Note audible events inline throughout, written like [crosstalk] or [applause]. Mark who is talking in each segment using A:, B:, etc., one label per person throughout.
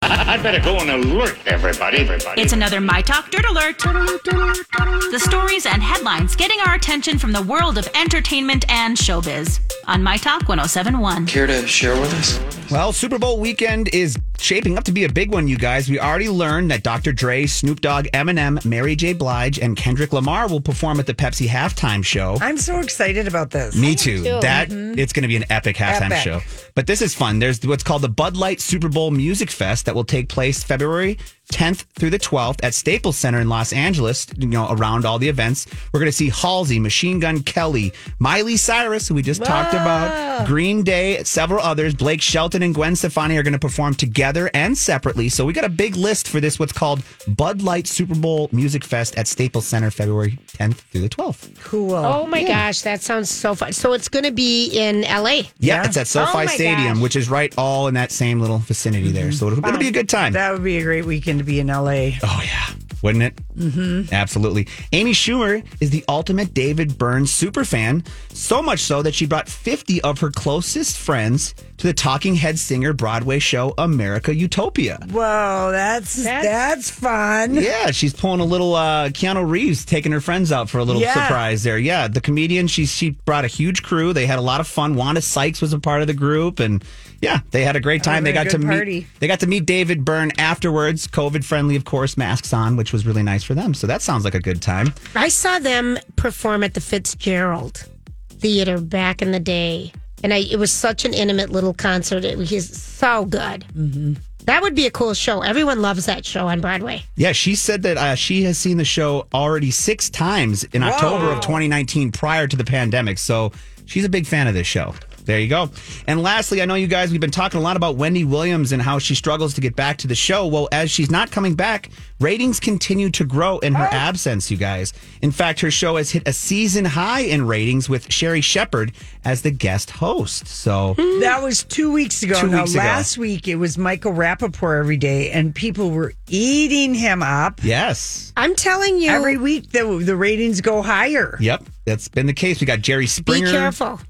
A: [laughs] I'd better go and alert everybody. Everybody.
B: It's another My Talk Dirt Alert. The stories and headlines getting our attention from the world of entertainment and showbiz on My Talk 1071.
C: Care to share with us?
D: Well, Super Bowl weekend is shaping up to be a big one, you guys. We already learned that Dr. Dre, Snoop Dogg, Eminem, Mary J. Blige, and Kendrick Lamar will perform at the Pepsi halftime show.
E: I'm so excited about this.
D: Me too. That it's going to be an epic halftime
E: Epic.
D: show. But this is fun. There's what's called the Bud Light Super Bowl Music Fest that will take place February 10th through the 12th at Staples Center in Los Angeles. You know, around all the events, we're going to see Halsey, Machine Gun Kelly, Miley Cyrus, who we just talked about, Green Day, several others. Blake Shelton and Gwen Stefani are going to perform together and separately. So we got a big list for this. What's called Bud Light Super Bowl Music Fest at Staples Center, February 10th through the 12th.
E: Cool.
F: Oh my gosh, that sounds so fun. So it's going to be in LA.
D: Yeah, it's at SoFi
F: my
D: Stadium,
F: gosh.
D: which is right all in that same little vicinity there. So it'll, it'll be a good time.
E: That would be a great weekend to be in LA.
D: oh, yeah. Wouldn't it? Mm-hmm. Absolutely. Amy Schumer is the ultimate David Byrne superfan, so much so that she brought 50 of her closest friends to the Talking Head singer Broadway show America Utopia.
E: Whoa, that's that's,
F: That's-
E: fun.
D: Yeah, she's pulling a little uh, Keanu Reeves, taking her friends out for a little
E: Yeah.
D: surprise there. Yeah, the comedian she she brought a huge crew. They had a lot of fun. Wanda Sykes was a part of the group, and yeah, they had a great time. they
E: a
D: got to
E: good
D: meet
E: party.
D: they got to meet David Byrne afterwards. COVID friendly, of course, masks on, which was really nice for them. So that sounds like a good time.
F: I saw them perform at the Fitzgerald Theater back in the day, and I, it was such an intimate little concert. It was so good. Mm-hmm. That would be a cool show. Everyone loves that show on Broadway.
D: Yeah, she said that uh, she has seen the show already six times in October of 2019 prior to the pandemic. So she's a big fan of this show. There you go. And lastly, I know you guys, we've been talking a lot about Wendy Williams and how she struggles to get back to the show. Well, as she's not coming back, ratings continue to grow in her absence, you guys. In fact, her show has hit a season high in ratings with Sherry Shepard as the guest host. So.
F: Hmm.
E: That was two weeks ago.
D: Two
E: now,
D: weeks ago.
E: last week it was Michael Rappaport every day, and people were eating him up.
D: Yes.
F: I'm telling you,
E: Every week the the ratings go higher.
D: Yep. That's been the case. We got Jerry
F: be
D: Springer.
F: careful.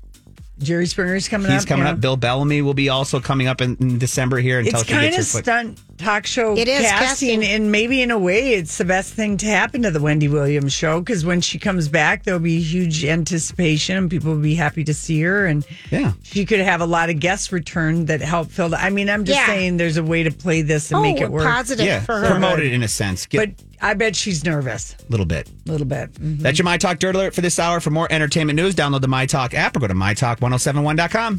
E: Jerry Springer's coming up.
D: He's coming
E: yeah.
D: up. Bill Bellamy will be also coming up in, in December here until
E: It's
D: she gets
E: kind
D: her
E: of
D: foot.
E: stunt talk show
F: It is
E: casting,
F: casting.
E: and maybe in a way, it's the best thing to happen to the Wendy Williams show because when she comes back, there'll be huge anticipation, and people will be happy to see her, and
D: Yeah.
E: she could have a lot of guests returned that help fill. The, I mean, I'm just
F: Yeah.
E: saying, there's a way to play this and
F: oh,
E: make it
F: we're
E: work.
F: positive
D: Yeah,
F: for her.
D: promote it in a sense. Get
E: But I bet she's nervous
D: a little bit.
E: a little bit. Mm.
D: That's your My Talk oh Dirt Alert for this hour. For more entertainment news, download the My Talk app or go to MyTalk1071.com.